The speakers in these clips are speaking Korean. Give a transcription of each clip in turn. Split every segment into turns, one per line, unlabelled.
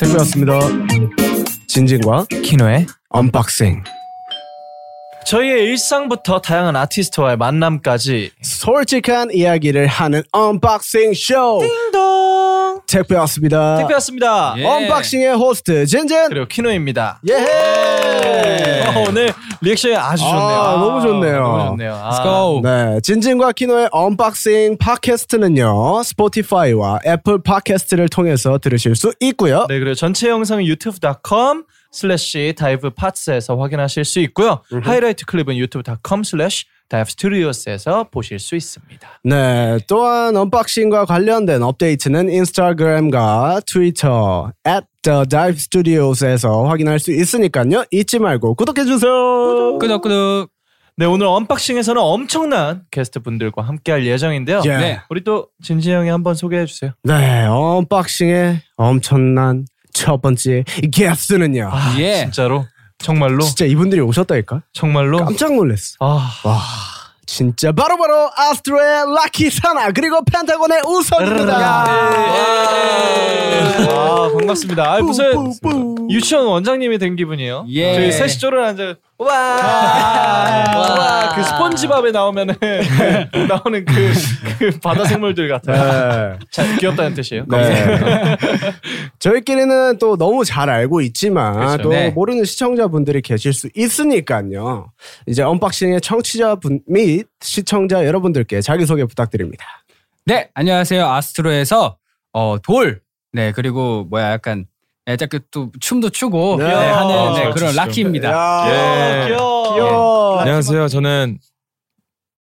코너였습니다. 진진과
키노의
언박싱.
저희의 일상부터 다양한 아티스트와의 만남까지
솔직한 이야기를 하는 언박싱 쇼.
띵동
택배였습니다.
택배였습니다.
예.
언박싱의 호스트 진진.
그리고 키노입니다.
예헤.
아, 오늘 리액션이 아주
아,
좋네요.
너무 좋네요.
너무 좋네요. 아.
Let's go.
네, 진진과 키노의 언박싱 팟캐스트는요. 스포티파이와 애플 팟캐스트를 통해서 들으실 수 있고요.
네, 그리고 전체 영상은 유튜브.com 슬래시 다이브 파츠에서 확인하실 수 있고요. 하이라이트 클립은 유튜브.com 슬래시 다이브 스튜디오스에서 보실 수 있습니다.
네, 또한 언박싱과 관련된 업데이트는 인스타그램과 트위터 at the dive studios에서 확인할 수 있으니까요. 잊지 말고 구독해 주세요.
끄덕끄덕.
네, 오늘 언박싱에서는 엄청난 게스트 분들과 함께 할 예정인데요.
예.
네.
우리 또 진지 형이 한번 소개해 주세요.
네, 언박싱의 엄청난 첫 번째 게스트는요.
아,
예.
진짜로? 정말로?
진짜 이분들이 오셨다니까?
정말로?
깜짝 놀랐어.
아.
와, 진짜 바로바로 아스트로의 라키 사나 그리고 펜타곤의 우선입니다.
아, 반갑습니다. 아, 무슨 유치원 원장님이 된 기분이에요.
예.
저희 셋이 쪼를 앉아 와,
아.
와.
와, 그 스펀지밥에 나오면은 나오는 그, 그 바다 생물들 같아요.
네.
자, 귀엽다는 뜻이에요.
네. 저희끼리는 또 너무 잘 알고 있지만
그렇죠.
또
네.
모르는 시청자분들이 계실 수 있으니까요. 이제 언박싱의 청취자분 및 시청자 여러분들께 자기소개 부탁드립니다.
네, 안녕하세요. 아스트로에서 어, 돌. 네, 그리고 뭐야 약간 약간 그또 춤도 추고
네.
네, 하는
아,
네, 그런
진짜.
라키입니다.
야,
아, 귀여워.
귀여워.
안녕하세요. 저는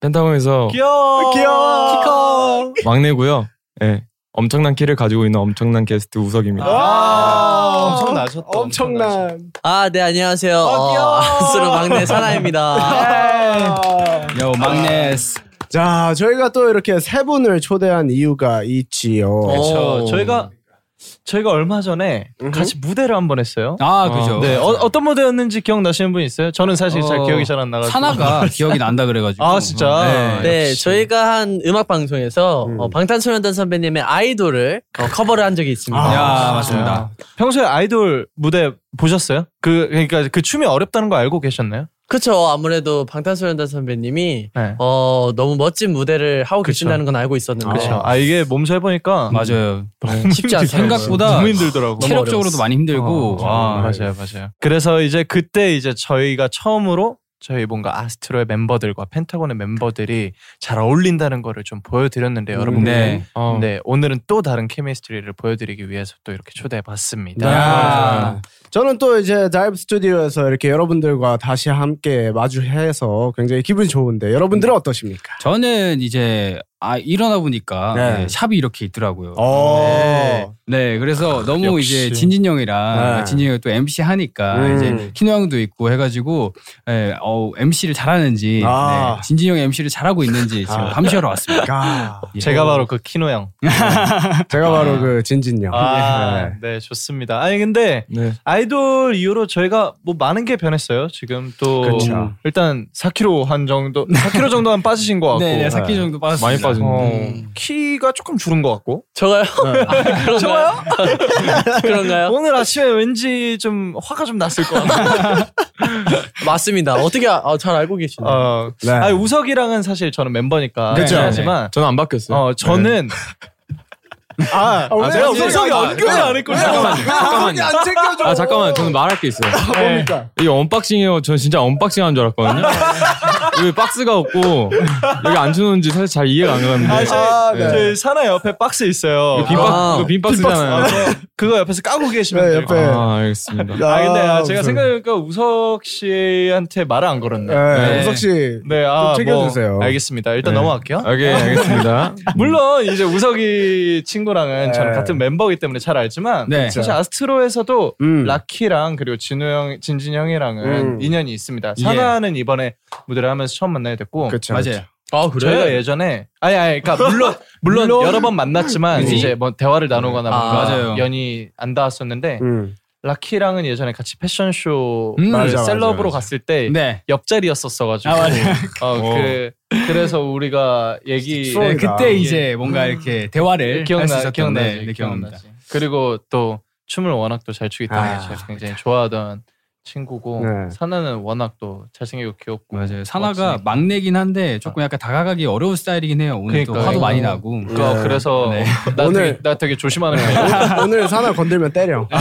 펜타곤에서
귀여워.
귀여워.
막내고요. 예, 엄청난 키를 가지고 있는 엄청난 게스트 우석입니다.
아,
와.
엄청나셨다.
엄청난.
아, 네, 안녕하세요. 어,
귀여워.
아스로 막내 사나입니다.
아.
요 막내 스-
자, 저희가 또 이렇게 세 분을 초대한 이유가 있지요.
그렇죠.
오.
저희가 저희가 얼마 전에 같이 무대를 한 번 했어요.
아, 그죠.
네, 어, 어떤 무대였는지 기억나시는 분 있어요? 저는 사실 잘
어,
기억이 잘 안 나가지고.
사나가 기억이 난다 그래가지고.
아, 진짜?
네.
네, 저희가 한 음악 방송에서 어, 방탄소년단 선배님의 아이돌을 어, 커버를 한 적이 있습니다.
아.
야, 맞습니다.
네. 평소에 아이돌 무대 보셨어요? 그 그러니까 그 춤이 어렵다는 거 알고 계셨나요?
그쵸, 아무래도 방탄소년단 선배님이
네.
어, 너무 멋진 무대를 하고 계신다는 건 알고 있었는데.
그렇죠. 아 이게 몸소 해보니까
맞아요.
네. 쉽지 않더라고요.
생각보다
너무 힘들더라고.
체력적으로도 많이 힘들고.
어, 와, 맞아요, 맞아요. 그래서 이제 그때 이제 저희가 처음으로 저희 뭔가 아스트로의 멤버들과 펜타곤의 멤버들이 잘 어울린다는 거를 좀 보여드렸는데 여러분.
네.
어,
네, 오늘은 또 다른 케미스트리를 보여드리기 위해서 또 이렇게 초대해봤습니다.
네.
야.
저는 또 이제 다이브 스튜디오에서 이렇게 여러분들과 다시 함께 마주해서 굉장히 기분이 좋은데 여러분들은 어떠십니까?
저는 이제 아 일어나 보니까
네. 어.
네, 샵이 이렇게 있더라고요.
오. 어.
네. 네, 그래서 너무
역시.
이제 진진 형이랑 아,
네.
진진 형이 또 MC 하니까
음.
이제 키노 형도 있고 해가지고 예, 어, MC를 잘하는지
아.
네, 진진 형이 MC를 잘하고 있는지 지금 감시하러 왔습니다.
아,
예.
제가 바로 그 키노 형.
제가 바로 그 진진요.
아,
예.
네, 좋습니다. 아니 근데
네.
아이돌 이후로 저희가 뭐 많은 게 변했어요. 지금 또
그쵸.
일단 4kg 한 정도, 4kg 정도만 빠지신 것 같고
네, 네, 4kg 정도 빠졌습니다.
많이 빠진.
어,
음.
키가 조금 줄은 것 같고
저가요? 그런가요? 그런가요?
오늘 아침에 왠지 좀 화가 좀 났을 것 같아요.
맞습니다. 어떻게 아, 아, 잘 알고 계시나요?
어,
네.
아니, 우석이랑은 사실 저는 멤버니까
그쵸.
하지만
저는 안 바뀌었어요.
어 저는
아, 아,
제가
왜
우석이 언급을 안 했거든요.
잠깐만요.
안 챙겨줘.
아 잠깐만. 저는 네. 말할 게 있어요.
뭡니까?
이게 언박싱이에요. 저는 진짜 언박싱 하는 줄 알았거든요. 여기 박스가 없고 여기 안 주는지 사실 잘 이해가 안 가는데.
아, 저희,
아, 네.
저희 사나 옆에 박스 있어요.
이거 빈 박스,
아.
이거 빈 박스잖아요.
그거 옆에서 까고 계시면
네,
돼요.
옆에.
아 알겠습니다.
아 근데 아, 제가
우석.
생각해보니까 우석 씨한테 말을 안 걸었네.
네,
네.
우석 씨.
네, 아,
좀 챙겨주세요. 아,
뭐, 알겠습니다. 일단
네.
넘어갈게요.
오케이 알겠습니다.
물론 이제 우석이 친구랑은
네.
저는 같은 멤버이기 때문에 잘 알지만
네.
사실 아스트로에서도
음.
라키랑 그리고 진우 형, 진진 형이랑은
음.
인연이 있습니다. 사나는 이번에 무대를 하면서 처음 만나게 됐고
그렇죠.
맞아요.
아, 그래? 저희가 예전에 아니 아니 그러니까 물론 물론 여러 번 만났지만
그치.
이제 뭐 대화를 나누거나
아,
뭔가
맞아요.
연이 안 닿았었는데
음.
라키랑은 예전에 같이 패션쇼
음,
를
맞아, 맞아,
셀럽으로
맞아.
갔을 때
네.
옆자리였었어가지고
아, 맞아요.
어, 그, 그래서 우리가 얘기
추억이다.
네, 그때
예.
이제 뭔가 이렇게 대화를 할 수
기억나
있었던
기억나
네, 네, 기억납니다.
그리고 또 춤을 워낙 또 잘 추기 때문에
아,
제가 굉장히 좋아하던 친구고
네.
사나는 워낙 또 잘생기고 귀엽고
맞아요. 사나가
멋지니까.
막내긴 한데 조금 약간 다가가기 어려운 스타일이긴 해요. 오늘 또
아. 그러니까요.
화도 많이 나고.
그러니까
네.
그래서
네.
나,
오늘-
되게, 나 되게 조심하는 거예요.
오늘 사나 건들면 때려. 어,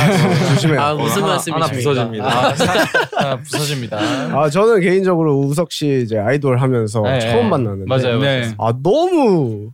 조심해요.
아 무슨
하나-
말씀이십니까?
하나 부서집니다.
아, 아, 부서집니다.
아 저는 개인적으로 우석 씨 이제 아이돌 하면서
네,
처음
네.
만났는데
맞아요.
네.
맞아요.
아 너무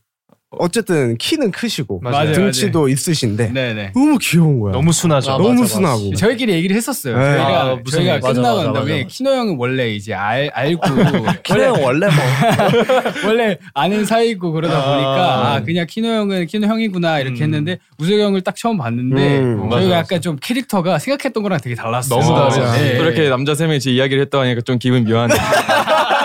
어쨌든 키는 크시고
맞아요. 맞아요.
등치도 있으신데
네네.
너무 귀여운 거야.
너무 순하죠.
아,
너무
맞아,
순하고.
저희끼리 얘기를 했었어요.
네.
저희가,
아, 무슨
저희가
얘기? 맞아, 네.
끝나고
맞아,
난
맞아,
다음에
맞아.
키노 형은 원래 이제 알, 알고
키노 형 원래 뭐
원래 아는 사이고 그러다
아.
보니까 아 그냥 키노 형은 키노 형이구나 이렇게
음.
했는데 우석이 형을 딱 처음 봤는데
음.
저희가
맞아, 맞아. 아,
약간 좀 캐릭터가 생각했던 거랑 되게 달랐어요.
너무 예,
어,
다르죠.
네.
그렇게 남자 세 명이 제 이야기를 했다 하니까 좀 기분 묘하네.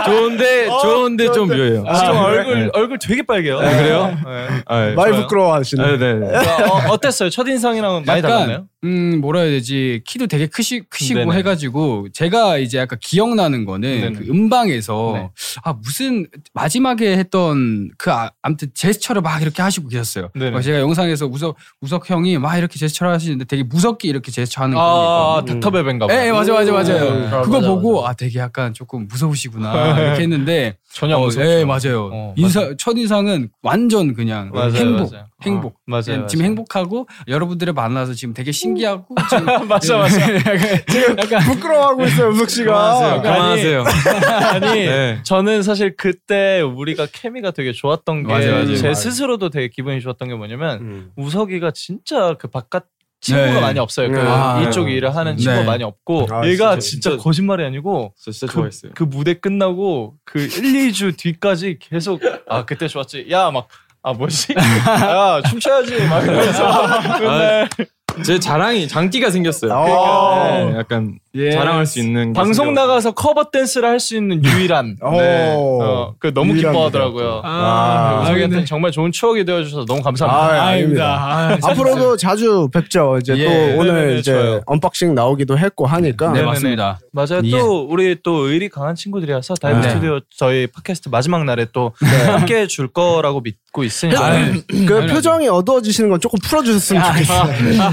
좋은데 좋은데 좀 묘해요.
어, 지금
아,
얼굴
네.
얼굴 되게 빨개요.
네, 그래요?
네.
아, 예.
많이
좋아요.
부끄러워하시는.
아, 네, 네.
어, 어땠어요? 첫 인상이랑 많이 달랐나요?
음 뭐라 해야 되지 키도 되게 크시, 크시고
네네.
해가지고 제가 이제 약간 기억나는 거는
네네.
그 음방에서
네.
아 무슨 마지막에 했던 그 아, 아무튼 제스처를 막 이렇게 하시고 계셨어요.
네네.
어, 제가 영상에서 우석 우석 형이 막 이렇게 제스처를 하시는데 되게 무섭게 이렇게 제스처하는 거.
아, 네, 닥터베베인가 봐.
그러니까. 예, 예, 맞아, 맞아, 맞아요.
음, 아,
그거
맞아,
보고
맞아.
아 되게 약간 조금 무서우시구나 이렇게 했는데,
네. 전혀
어,
무섭죠.
예, 맞아요.
어,
인사 첫 인상은 완전 그냥
맞아요,
행복,
맞아요. 어,
행복.
맞아요.
지금
맞아요.
행복하고 여러분들을 만나서 지금 되게 신기하고 지금
맞아 맞아.
지금 부끄러워하고 있어요 우석 씨가. 그러니까.
그만하세요.
아니
네.
저는 사실 그때 우리가 케미가 되게 좋았던 게
맞아요,
제
맞아요.
맞아요.
스스로도 되게 기분이 좋았던 게 뭐냐면
음.
우석이가 진짜 그 바깥 친구가
네.
많이 없어요. 그
아,
이쪽
네.
일을 하는 친구가
네.
많이 없고
아,
얘가
진짜,
진짜, 거짓말이 아니고
저 진짜
그,
좋아했어요.
그 무대 끝나고 그 1, 2주 뒤까지 계속 아 그때 좋았지 야 막 아 뭐지 야 춤춰야지 막 이러면서 맨날
아, 제 자랑이 장기가 생겼어요.
어.
네, 약간 자랑할 수 있는 게
예. 방송
생겨가지고.
나가서 커버 댄스를 할 수 있는 유일한
오.
네. 어, 그 너무
유일한
기뻐하더라고요.
와.
아,
네.
우석이한테 정말 좋은 추억이 되어주셔서 너무 감사합니다.
아, 아닙니다. 앞으로도 자주 뵙죠. 이제
예.
또 오늘
네네네,
이제
좋아요.
언박싱 나오기도 했고 하니까.
네
네네네.
맞습니다.
맞아요.
예.
또 우리 또 의리 강한 친구들이라서 다이브
네.
스튜디오 저희 팟캐스트 마지막 날에 또 함께 해줄 거라고 믿고 있으니까
아, 네.
그 표정이 어두워지시는 건 조금 풀어주셨으면
아,
좋겠어요.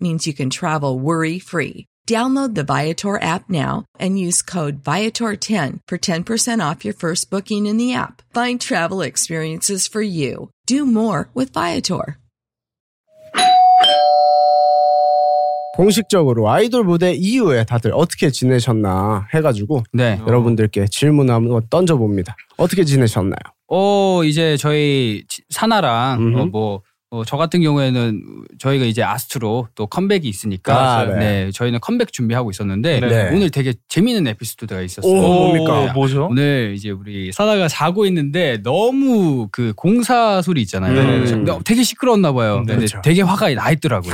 means you can travel worry free. Download the Viator app now and use code Viator10 for 10% off your first booking in the app. Find travel experiences for you. Do more with Viator.
공식적으로 아이돌 무대 이후에 다들 어떻게 지내셨나 해가지고
어.
네.
여러분들께 질문 한번 던져봅니다. 어떻게 지내셨나요?
어 이제 저희 지- 사나랑
음흠.
어, 뭐. 어, 저 같은 경우에는 저희가 이제 아스트로 또 컴백이 있으니까
아, 네.
네. 저희는 컴백 준비하고 있었는데
네.
오늘 되게 재미있는 에피소드가 있었어요.
오, 뭡니까?
네.
뭐죠?
오늘 이제 우리 사나가 자고 있는데 너무 그 공사 소리 있잖아요.
네.
참 너- 되게 시끄러웠나 봐요. 근데
그렇죠. 아.
되게 화가 나 있더라고요.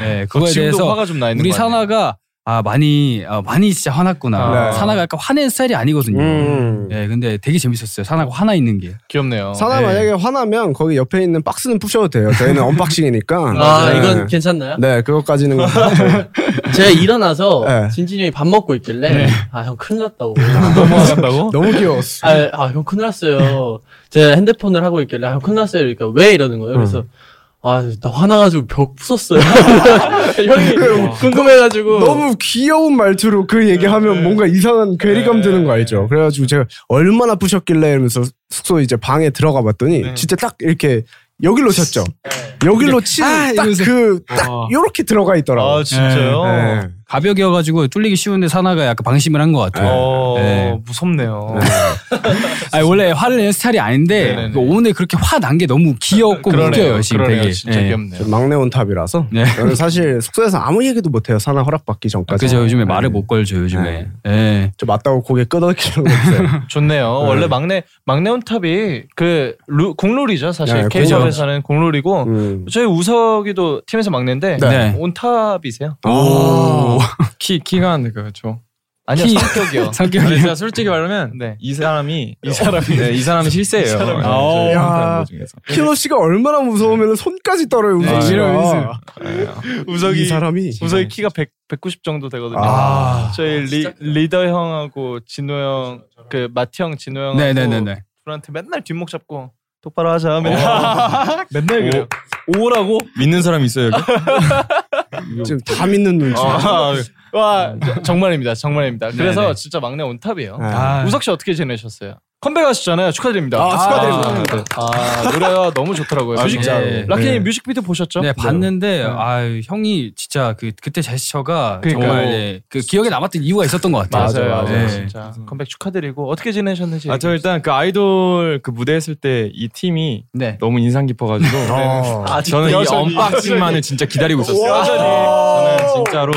네,
어,
그거에
지금도
대해서
화가 좀 나 있는
우리
거 아니에요?
사나가 아 많이 아, 많이 진짜 화났구나.
네.
사나가 약간 화낸 스타일이 아니거든요.
음.
네, 근데 되게 재밌었어요. 사나가 화나 있는 게.
귀엽네요.
사나
네.
만약에 화나면 거기 옆에 있는 박스는 푸셔도 돼요. 저희는 언박싱이니까.
아
네.
이건 괜찮나요?
네, 그것까지는 어? 그렇고.
제가 일어나서
네.
진진이 형이 밥 먹고 있길래 아 형 큰일 났다고
넘어간다고?
너무 귀여웠어.
아 형 큰일 났어요 제가 핸드폰을 하고 있길래 아 형 큰일 났어요 그러니까 왜 이러는 거예요 그래서 아 나 화나가지고 벽 부쉈어요 형이 궁금해가지고
너무 귀여운 말투로 그
네,
얘기하면 뭔가 이상한 괴리감 드는 거 알죠? 그래가지고 제가 얼마나 부셨길래 이러면서 숙소 이제 방에 들어가 봤더니
네.
진짜 딱 이렇게 여기로 쳤죠. 여기로 치는
아,
딱
이러면서. 어.
그 딱 요렇게 들어가 있더라고.
아
요
진짜요?
네.
가벽이어가지고 뚫리기 쉬운데 사나가 약간 방심을 한 것 같아요.
어,
네.
무섭네요.
아니, 원래 화를 내는 스타일이 아닌데
네네네.
오늘 그렇게 화 난 게 너무 귀엽고 웃겨요 지금
그러네요.
되게.
진짜
예.
귀엽네요.
저 막내 온탑이라서
네.
저는 사실 숙소에서 아무 얘기도 못해요. 사나 허락받기
아,
전까지.
그죠 요즘에
네.
말을 못 걸죠 요즘에.
네.
예.
저 맞다고 고개 끄덕이려고 했어요.
좋네요.
네.
원래 막내 막내 온탑이 그 루, 공룰이죠 사실
네,
개인샵에서는 공룰이고
음.
저희 우석이도 팀에서 막내인데
네.
온탑이세요?
아, 오.
키 키가 안 그렇죠.
아니요
키.
성격이요.
아니,
성격이
진짜 솔직히 말하면
네.
이 사람이 이 사람이 네, 이 사람이 실세예요.
사람이. 아.
네, 저희
야.
팬들 중에서.
킬러 씨가 얼마나 무서우면 손까지 떨어요.
네,
우석이가. 아,
이러면서.
이
우석이
사람이
우석이 키가 100, 190 정도 되거든요.
아.
저희 리, 리더 형하고 진호 형, 그 마티 형, 진호 형하고
네네네네.
둘한테 맨날 뒷목 잡고 똑바로 하자 맨날 맨날 네, 그래요.
오라고 믿는 사람이 있어요 여기.
지금 다 믿는 눈치.
아, 와 저- 정말입니다, 정말입니다. 그래서
네네.
진짜 막내 온탑이에요.
아.
우석 씨 어떻게 지내셨어요? 컴백하셨잖아요. 축하드립니다.
아, 축하드립니다.
아, 네. 아, 노래가 너무 좋더라고요.
아,
뮤직
진짜로. 네.
라키님
네.
뮤직비디오 보셨죠?
네 봤는데 아 형이 진짜 그 그때 제스처가
그러니까요.
정말 네, 그 기억에 남았던 이유가 있었던 것 같아요.
맞아요, 맞아요.
네.
진짜 컴백 축하드리고 어떻게 지내셨는지.
아 저 일단 그 아이돌 그 무대 했을 때 이 팀이
네.
너무 인상 깊어가지고
어.
아,
저는 이
여전히.
언박싱만을 진짜 기다리고
와.
있었어요. 저는 진짜로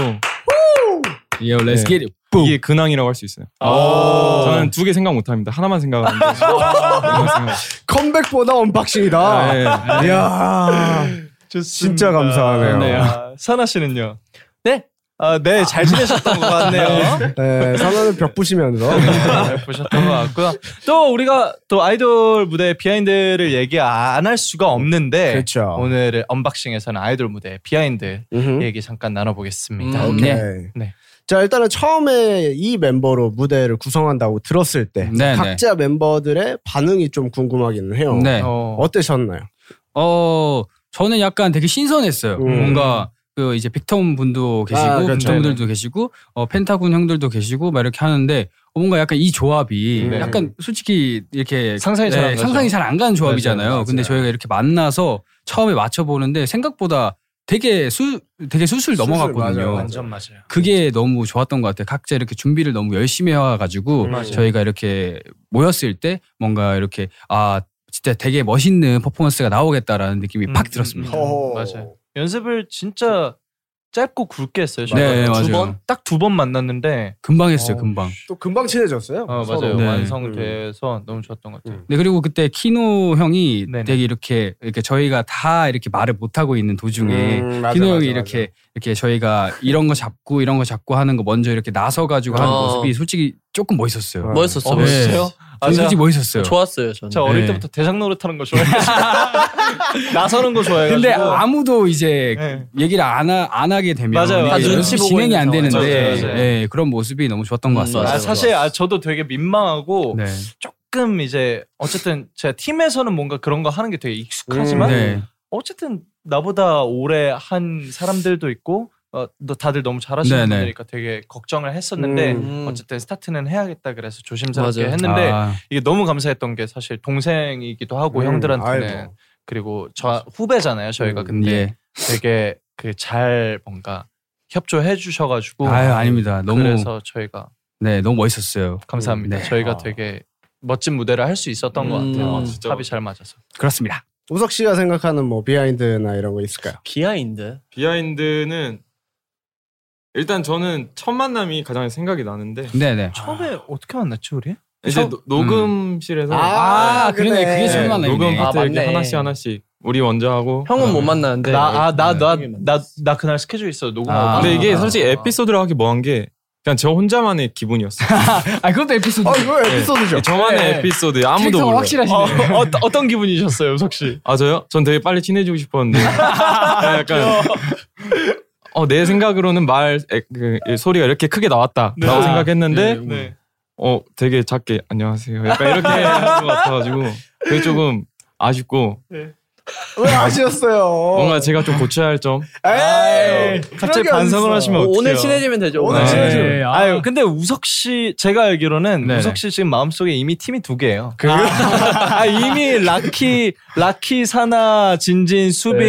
Yo, let's
네.
get it.
이게 근황이라고 할 수 있어요.
아. 오.
저는 두 개 생각 못합니다. 하나만 생각하는데. 하나만 생각-
컴백보다
아.
언박싱이다.
네.
이야.
좋습니다.
진짜 감사하네요.
네. 아, 사나 씨는요? 네? 아, 네, 잘 지내셨던 것 같네요.
네, 사나는 벽 부시면서.
네, 보셨던 것 같고요. 또 우리가 또 아이돌 무대 비하인드를 얘기 안 할 수가 없는데
그렇죠.
네. 오늘 언박싱에서는 아이돌 무대 비하인드
음흠.
얘기 잠깐 나눠보겠습니다.
음.
오케이.
네.
네.
자 일단은 처음에 이 멤버로 무대를 구성한다고 들었을 때
네,
각자 멤버들의 반응이 좀 궁금하기는 해요.
네.
어,
어떠셨나요?
어 저는 약간 되게 신선했어요.
음.
뭔가 그 이제 빅톤 분도 계시고
아, 그렇죠.
빅톤 분들도 계시고 어, 펜타곤 형들도 계시고 막 이렇게 하는데 어, 뭔가 약간 이 조합이
네.
약간 솔직히 이렇게 네,
상상이 잘안 가죠.
상상이 잘 안 가는 조합이잖아요.
맞아요, 맞아요.
근데 저희가 이렇게 만나서 처음에 맞춰 보는데 생각보다 되게 수 되게 수술 넘어갔거든요.
맞아요, 맞아요.
완전 맞아요.
그게 너무 좋았던 것 같아요. 각자 이렇게 준비를 너무 열심히 해와가지고
맞아요.
저희가 이렇게 모였을 때 뭔가 이렇게 아 진짜 되게 멋있는 퍼포먼스가 나오겠다라는 느낌이
음,
팍 들었습니다.
음, 음. 맞아요. 연습을 진짜 짧고 굵게 했어요.
네, 맞아요.
딱두 번 만났는데
금방 했어요,
어,
금방.
또 금방 친해졌어요.
어,
서로.
맞아요.
네.
완성돼서 너무 좋았던 것 같아요.
음.
네 그리고 그때 키노 형이
네네.
되게 이렇게 이렇게 저희가 다 이렇게 말을 못 하고 있는 도중에
음, 맞아,
키노
맞아,
형이
맞아.
이렇게 이렇게 저희가 이런 거 잡고 이런 거 잡고 하는 거 먼저 이렇게 나서 가지고 하는
어.
모습이 솔직히 조금 멋있었어요.
어.
멋있었어,
어,
네.
멋있어요. 네.
멋있어요? 아,
저는 솔직히
제가,
멋있었어요.
좋았어요, 저는.
제가 어릴
네.
때부터 대장 노릇하는 거 좋아해요. 나서는 거 좋아해요.
근데 아무도 이제
네.
얘기를 안, 하, 안 하게 되면
맞아요,
이게
맞아요.
연습이
보고
진행이
있는
안 되는데
상황. 맞아요, 맞아요.
예, 그런 모습이 너무 좋았던 것
음,
같습니다.
맞아요.
아, 사실 아, 저도 되게 민망하고
네.
조금 이제 어쨌든 제가 팀에서는 뭔가 그런 거 하는 게 되게 익숙하지만
음,
네.
어쨌든 나보다 오래 한 사람들도 있고 어, 너 다들 너무 잘하시는
네네.
분들이니까 되게 걱정을 했었는데
음.
어쨌든 스타트는 해야겠다 그래서 조심스럽게
맞아요.
했는데
아,
이게 너무 감사했던 게 사실 동생이기도 하고
음,
형들한테는
아이고.
그리고 저 후배잖아요 저희가
음,
근데
예.
되게 그 잘 뭔가 협조해 주셔가지고
아유 아닙니다. 너무
그래서 저희가
네 너무 멋있었어요.
감사합니다.
네.
저희가
아.
되게 멋진 무대를 할 수 있었던 것
음.
같아요.
아,
진짜.
합이 잘 맞아서.
그렇습니다.
우석 씨가 생각하는 뭐 비하인드나 이런 거 있을까요?
비하인드.
비하인드는 일단 저는 첫 만남이 가장 생각이 나는데
네네.
처음에
아,
어떻게 만났지 우리?
이제
첫-
노- 녹음실에서
아, 그러네. 그게
네,
처음 만남이네.
녹음 파트
아,
이렇게
맞네.
하나씩 하나씩 우리 먼저 하고
형은 못 만나는데.
나아나나
네.
나 나 그날 스케줄 있어 녹음하고.
아.
근데 이게
아.
솔직히 에피소드로 하기 뭐한 게 그냥 저 혼자만의 기분이었어요.
아 그것도 에피소드.
아
네.
이거 에피소드죠.
저만의
네.
에피소드 아무도
캐릭터가
몰라.
어,
확실하시네요.
어, 어떤 기분이셨어요, 우석 씨?
아 저요? 전 되게 빨리 친해지고 싶었는데 아, 약간 어 내 생각으로는 말 에, 그, 이 소리가 이렇게 크게 나왔다라고
네.
생각했는데
네. 네.
어 되게 작게 안녕하세요 약간 이렇게 한것 같아가지고 그게 조금 아쉽고
왜 아쉬웠어요?
뭔가 제가 좀 고쳐야 할 점
에이, 그런
갑자기
게
반성을
어딨어.
하시면 어떡해요?
오늘 친해지면 되죠.
오늘
네.
친해지면.
네. 아,
아유, 근데 우석 씨 제가 알기로는
네네.
우석 씨 지금 마음속에 이미 팀이 두 개예요. 아, 이미 라키, 라키, 사나, 진진, 수빈,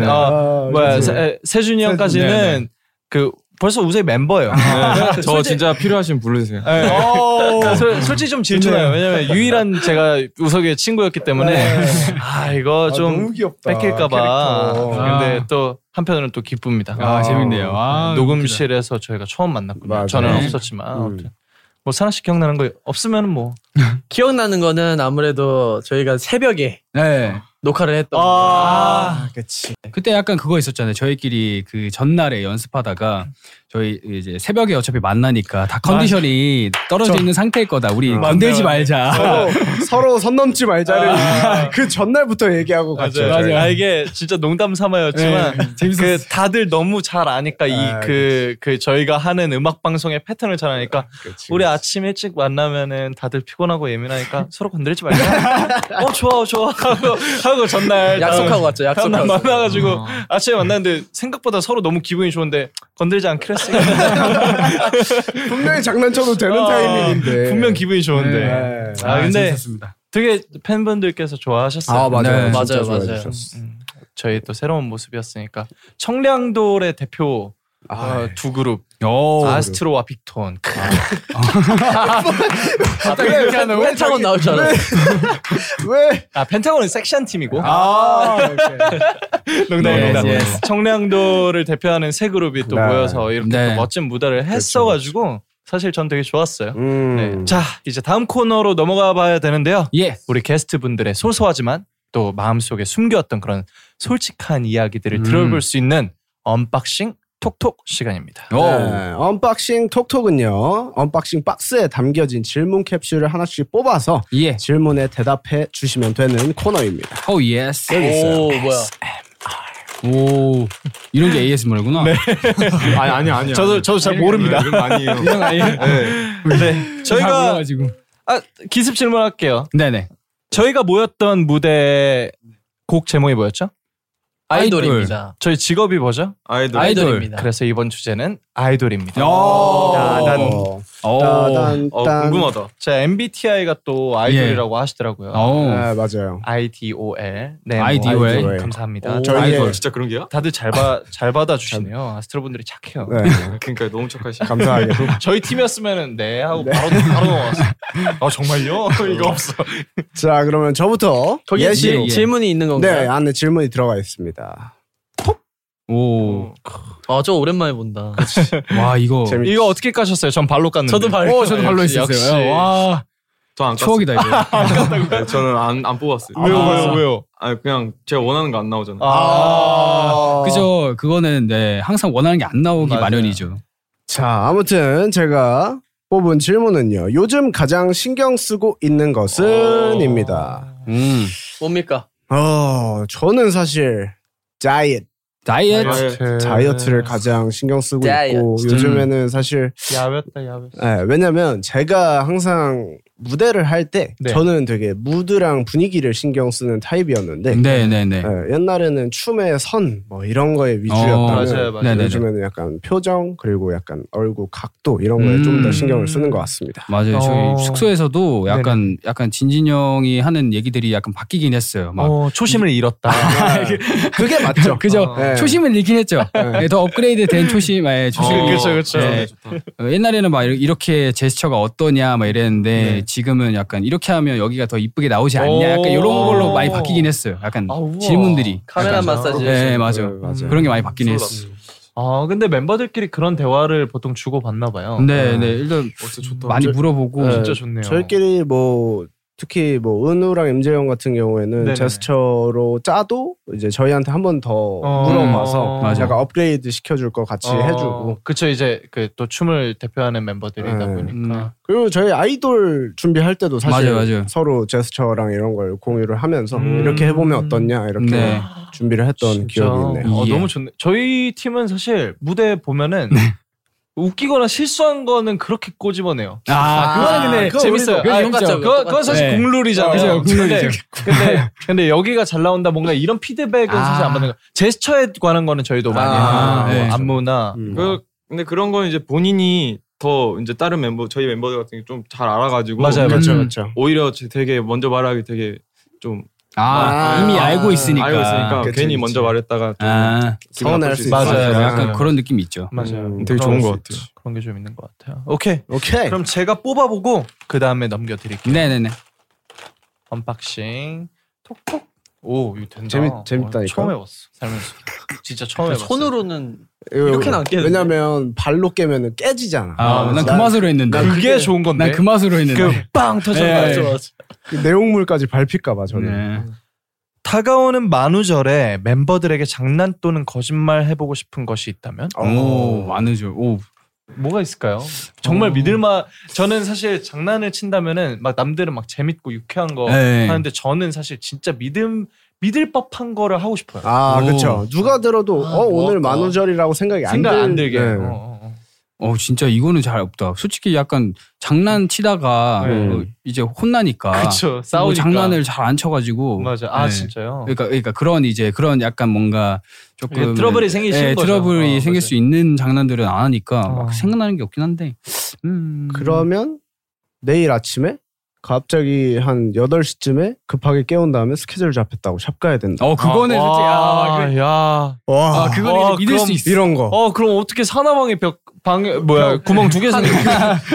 네.
어,
아,
뭐야
그치.
세, 준이 아,
세준,
형까지는 그 벌써 우세 멤버예요.
네, 저 진짜 필요하시면 부르세요.
네.
아,
솔- 솔직히 좀 질투나요.
네.
왜냐면 유일한 제가 우석의 친구였기 때문에 아 이거 좀
귀엽다.
뺏길까봐. 아,
캐릭터. 음. 아.
근데 또 한편으로는 또 기쁩니다.
아, 재밌네요. 아,
녹음실에서 저희가 처음 만났거든요.
맞아요.
저는
네.
없었지만
음.
아무튼. 뭐 사나 씨 기억나는 거 없으면 뭐
기억나는 거는 아무래도 저희가 새벽에
네.
녹화를 했던
아, 그치.
그때 약간 그거 있었잖아요. 저희끼리 그 전날에 연습하다가 저희 이제 새벽에 어차피 만나니까
아.
다 컨디션이 떨어져
저-
있는 상태일 거다. 우리
아.
음.
건들지 말자.
서로, 서로 선 넘지 말자를 그 전날부터 얘기하고 갔죠.
아. 맞아요.
저희가. 네.
아, 이게 진짜 농담 삼아였지만 그 다들 너무 잘 아니까 이
아,
그 그 저희가 하는 음악 방송의 패턴을 잘 아니까 우리 아침 일찍 만나면은 다들 피곤하고 예민하니까 서로 건드리지 말자. 어 좋아 좋아 하고 하고 전날
약속하고 왔죠.
다음 날
약속하고.
만나가지고 아침에 만났는데 생각보다 서로 너무 기분이 좋은데 건들지 않기로 했으니까
분명히 장난쳐도 되는
어,
타이밍인데.
분명 기분이 좋은데
네.
아 근데
재밌었습니다.
되게 팬분들께서 좋아하셨어요. 음.
아, 맞아요.
네.
진짜
맞아요, 맞아요.
좋아해주셨어.
저희 또 새로운 모습이었으니까 청량돌의 대표 어, 두 그룹
오.
아스트로와 빅톤 크.
펜타곤 나올 줄 알았어.
왜?
아 펜타곤은 섹시한 팀이고
아,
농담입니다.
네, yes.
청량도를 대표하는 세 그룹이 또
네.
모여서 이렇게
네.
또 멋진 무대를 했어가지고 사실 전 되게 좋았어요.
음.
네. 자 이제 다음 코너로 넘어가 봐야 되는데요.
예.
우리 게스트 분들의 소소하지만 또 마음속에 숨겨왔던 그런 솔직한 이야기들을
음.
들어볼 수 있는 언박싱 톡톡 시간입니다.
오.
네,
어.
언박싱 톡톡은요. 언박싱 박스에 담겨진 질문 캡슐을 하나씩 뽑아서
예.
질문에 대답해 주시면 되는 코너입니다.
오 예스.
오 뭐야.
오. 이런 게 ASMR구나. 네.
아니 아니 아니.
저도 저도 잘 모릅니다.
아니에요.
이런 거 아니에요?
네,
음.
저희가
가지고.
아, 기습 질문할게요.
네네.
저희가 모였던 무대 곡 제목이 뭐였죠?
아이돌입니다.
저희 직업이 뭐죠?
아이돌.
아이- 아이돌.
아이돌입니다.
그래서 이번 주제는 아이돌입니다.
따단. 따단,
어
딴.
궁금하다.
자 MBTI가 또 아이돌이라고 하시더라고요.
오.
네, 맞아요.
IDOL. 네,
IDOL.
어. 아이돌. 감사합니다.
오.
저-
저희의-
아이돌 진짜 그런 게야?
다들 잘봐잘 받아주시네요. 아스트로 분들이 착해요.
네,
그러니까 너무 착하시.
감사하게도.
저희 팀이었으면은 네 하고 바로 바로 넘어왔어. 아 정말요? 이거 없어.
자, 그러면 저부터
거기에
예시로.
지- 질문이 있는
네,
예.
건가요?
안에 질문이 들어가 있습니다.
오.
아저 오랜만에 본다.
와 이거.
재밌-
이거 어떻게 까셨어요? 전 발로 깠는데.
저도 발로.
오 저도 발로
역시, 역시.
했었어요.
아.
와
저안
추억이다 이거.
깠어요. 네, 저는 안 안 뽑았어요.
왜요
아,
왜요 왜요?
아니 그냥 제가 원하는 거 안 나오잖아요.
아.
어.
그죠. 그거는 네 항상 원하는 게 안 나오기
맞아요.
마련이죠.
자, 아무튼 제가 뽑은 질문은요. 요즘 가장 신경 쓰고 있는 것은입니다.
음.
뭡니까?
어, 저는 사실 다이어트,
다이어트.
네.
다이어트를 가장 신경 쓰고
다이어트.
있고
음.
요즘에는 사실
야외다 야외.
네, 왜냐면 제가 항상 무대를 할 때
네.
저는 되게 무드랑 분위기를 신경 쓰는 타입이었는데
음. 네네네.
예, 옛날에는 춤의 선 뭐 이런 거에
어, 맞아요,
위주였다면
맞아요.
네네네.
요즘에는 약간 표정 그리고 약간 얼굴 각도 이런 거에
음.
좀 더 신경을 쓰는 것 같습니다.
맞아요.
어.
저희 숙소에서도 약간 약간 진진 형이 하는 얘기들이 약간 바뀌긴 했어요. 막
어 초심을 잃었다.
그게 맞죠.
아, 그죠.
예.
초심은 잃긴 했죠. 네, 더 업그레이드 된 초심, 예, 초심.
어. 그쵸, 그쵸.
네. 어, 옛날에는 막 이렇게- 이렇게 제스처가 어떠냐 막 이랬는데 지금은 약간 이렇게 하면 여기가 더 이쁘게 나오지 않냐 약간 이런 걸로 많이 바뀌긴 했어요. 약간
아, 우와.
질문들이.
카메라
약간.
마사지.
네, 맞아.
네, 맞아요.
그런 게 많이 바뀌긴 했어.
아 근데 멤버들끼리 그런 대화를 보통 주고 받나 봐요. 음.
네, 네. 일단 많이 물어보고.
진짜 좋네요.
저희끼리 뭐 특히 뭐 은우랑 임재영 같은 경우에는
네네네.
제스처로 짜도 이제 저희한테 한 번 더
어.
물어봐서
맞아.
약간 업그레이드 시켜줄 것 같이
어,
해주고
그쵸 이제 그 또 춤을 대표하는 멤버들이다
네.
음.
보니까
그리고 저희 아이돌 준비할 때도 사실
맞아요, 맞아요.
서로 제스처랑 이런 걸 공유를 하면서
음.
이렇게 해보면 어떻냐 이렇게
네.
준비를 했던
진짜.
기억이 있네요.
어,
예.
너무 좋네. 저희 팀은 사실 무대 보면은
네.
웃기거나 실수한 거는 그렇게 꼬집어내요.
아, 그거는 근데
그거 재밌어요.
우리도-
아,
그건
재밌죠.
그거 그건 사실
네.
국룰이잖아요.
그죠, 국룰이죠.
근데, 근데 근데 여기가 잘 나온다 뭔가 이런 피드백은 사실
아.
안 받는 거. 제스처에 관한 거는 저희도 많이
아,
해요. 뭐
네.
안무나
음.
그 근데 그런 건 이제 본인이 더 이제 다른 멤버 저희 멤버들 같은 게 좀 잘 알아가지고
네,
맞아요,
맞아요.
그렇죠.
오히려 제- 되게 먼저 말하기 되게 좀
아,
아,
이미 알고 있으니까.
알고 있으니까
그치,
괜히
그치.
먼저 말했다가 좀
아,
기분
서운할
나쁠
수 있어.
맞아요.
맞아요.
약간 그런 느낌 있죠.
맞아요.
음,
되게 좋은 것 같아요.
그런 게 좀 있는 것 같아요. 오케이.
오케이.
그럼 제가 뽑아보고 그 다음에 넘겨드릴게요.
네네네.
언박싱 톡톡. 오 이거 된다.
재밌- 재밌다니까.
어, 처음 해봤어. 살면서 진짜 처음 해봤어.
그 손으로는
이거-
이렇게는 안 깨는데.
왜냐면 발로 깨면 깨지잖아.
아, 난 그 맛으로 했는데.
그게 좋은 건데.
난 그 맛으로 했는데.
그빵
예.
터졌다.
그 내용물까지 밟힐까봐 저는.
네.
다가오는 만우절에 멤버들에게 장난 또는 거짓말 해보고 싶은 것이 있다면
어, 오, 많으죠. 오,
뭐가 있을까요? 정말 믿을만. 저는 사실 장난을 친다면은 막 남들은 막 재밌고 유쾌한 거
네.
어, 하는데 저는 사실 진짜 믿음 믿을 법한 거를 하고 싶어요.
아,
오.
그쵸. 누가 들어도,
아,
어, 오늘
뭐할까?
만우절이라고 생각이 안,
생각
들...
안 들게.
네.
어, 어, 어.
어, 진짜 이거는 잘 없다. 솔직히 약간 장난치다가
네.
어, 이제 혼나니까.
아, 그쵸.
뭐
싸우니까.
장난을 잘 안 쳐가지고.
맞아. 아
네.
진짜요.
그러니까 그러니까 그런 이제 그런 약간 뭔가 조금
그러니까 트러블이 생기신
예,
거죠.
트러블이
어,
생길
맞아요.
수 있는 장난들은 안 하니까
어.
막 생각나는 게 없긴 한데. 음.
그러면 내일 아침에 갑자기 한 8시쯤에 급하게 깨운 다음에 스케줄 잡혔다고 샵 가야 된다.
어 그거는 솔직히 아, 그-
와, 야.
와,
아 그거는
아,
이제 믿을
그럼
수 있어.
이런 거.
어 그럼 어떻게 사나방의 벽 방에 뭐야 구멍 두개 생겨.
세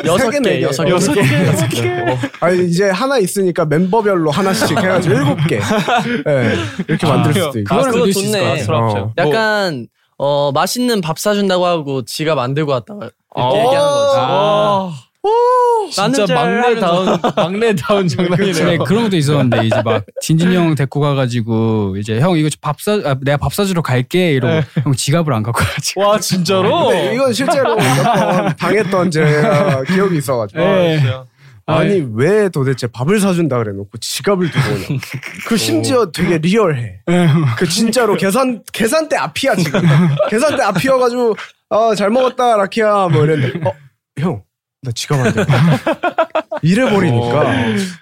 여섯
개네,
개, 여섯 개.
여섯 개. 여섯 개. 어,
아니, 이제 하나 있으니까 멤버별로 하나씩 해가지고 일곱 개. 네, 이렇게 만들 수도 있고.
그거는
아, 그거
믿을 수 있을 것
좋네.
같아요.
어.
약간 어 맛있는 밥 사준다고 하고 지가 만들고 왔다 이렇게
어.
얘기하는 거지.
아, 진짜
나는 잘
막내다운 막내다운
네,
장난이네요.
그런 것도 있었는데 이제 막 진진이 형 데리고 가가지고 이제 형 이거 밥사 아, 내가 밥 사주러 갈게
네.
이러고 형 지갑을 안 갖고 가지고
와 진짜로?
아, 어. 근데 이건 실제로 몇 번 당했던 제가 기억이 있어가지고.
와, 진짜.
아니 왜 도대체 밥을 사준다 그래놓고 지갑을 두고 오냐? 그 심지어 되게 리얼해. 그 진짜로 계산 계산대 앞이야 지금. 계산대 앞이어가지고 아잘 먹었다 라키야 뭐 이랬는데 어형나 지갑 안 돼. 이래 버리니까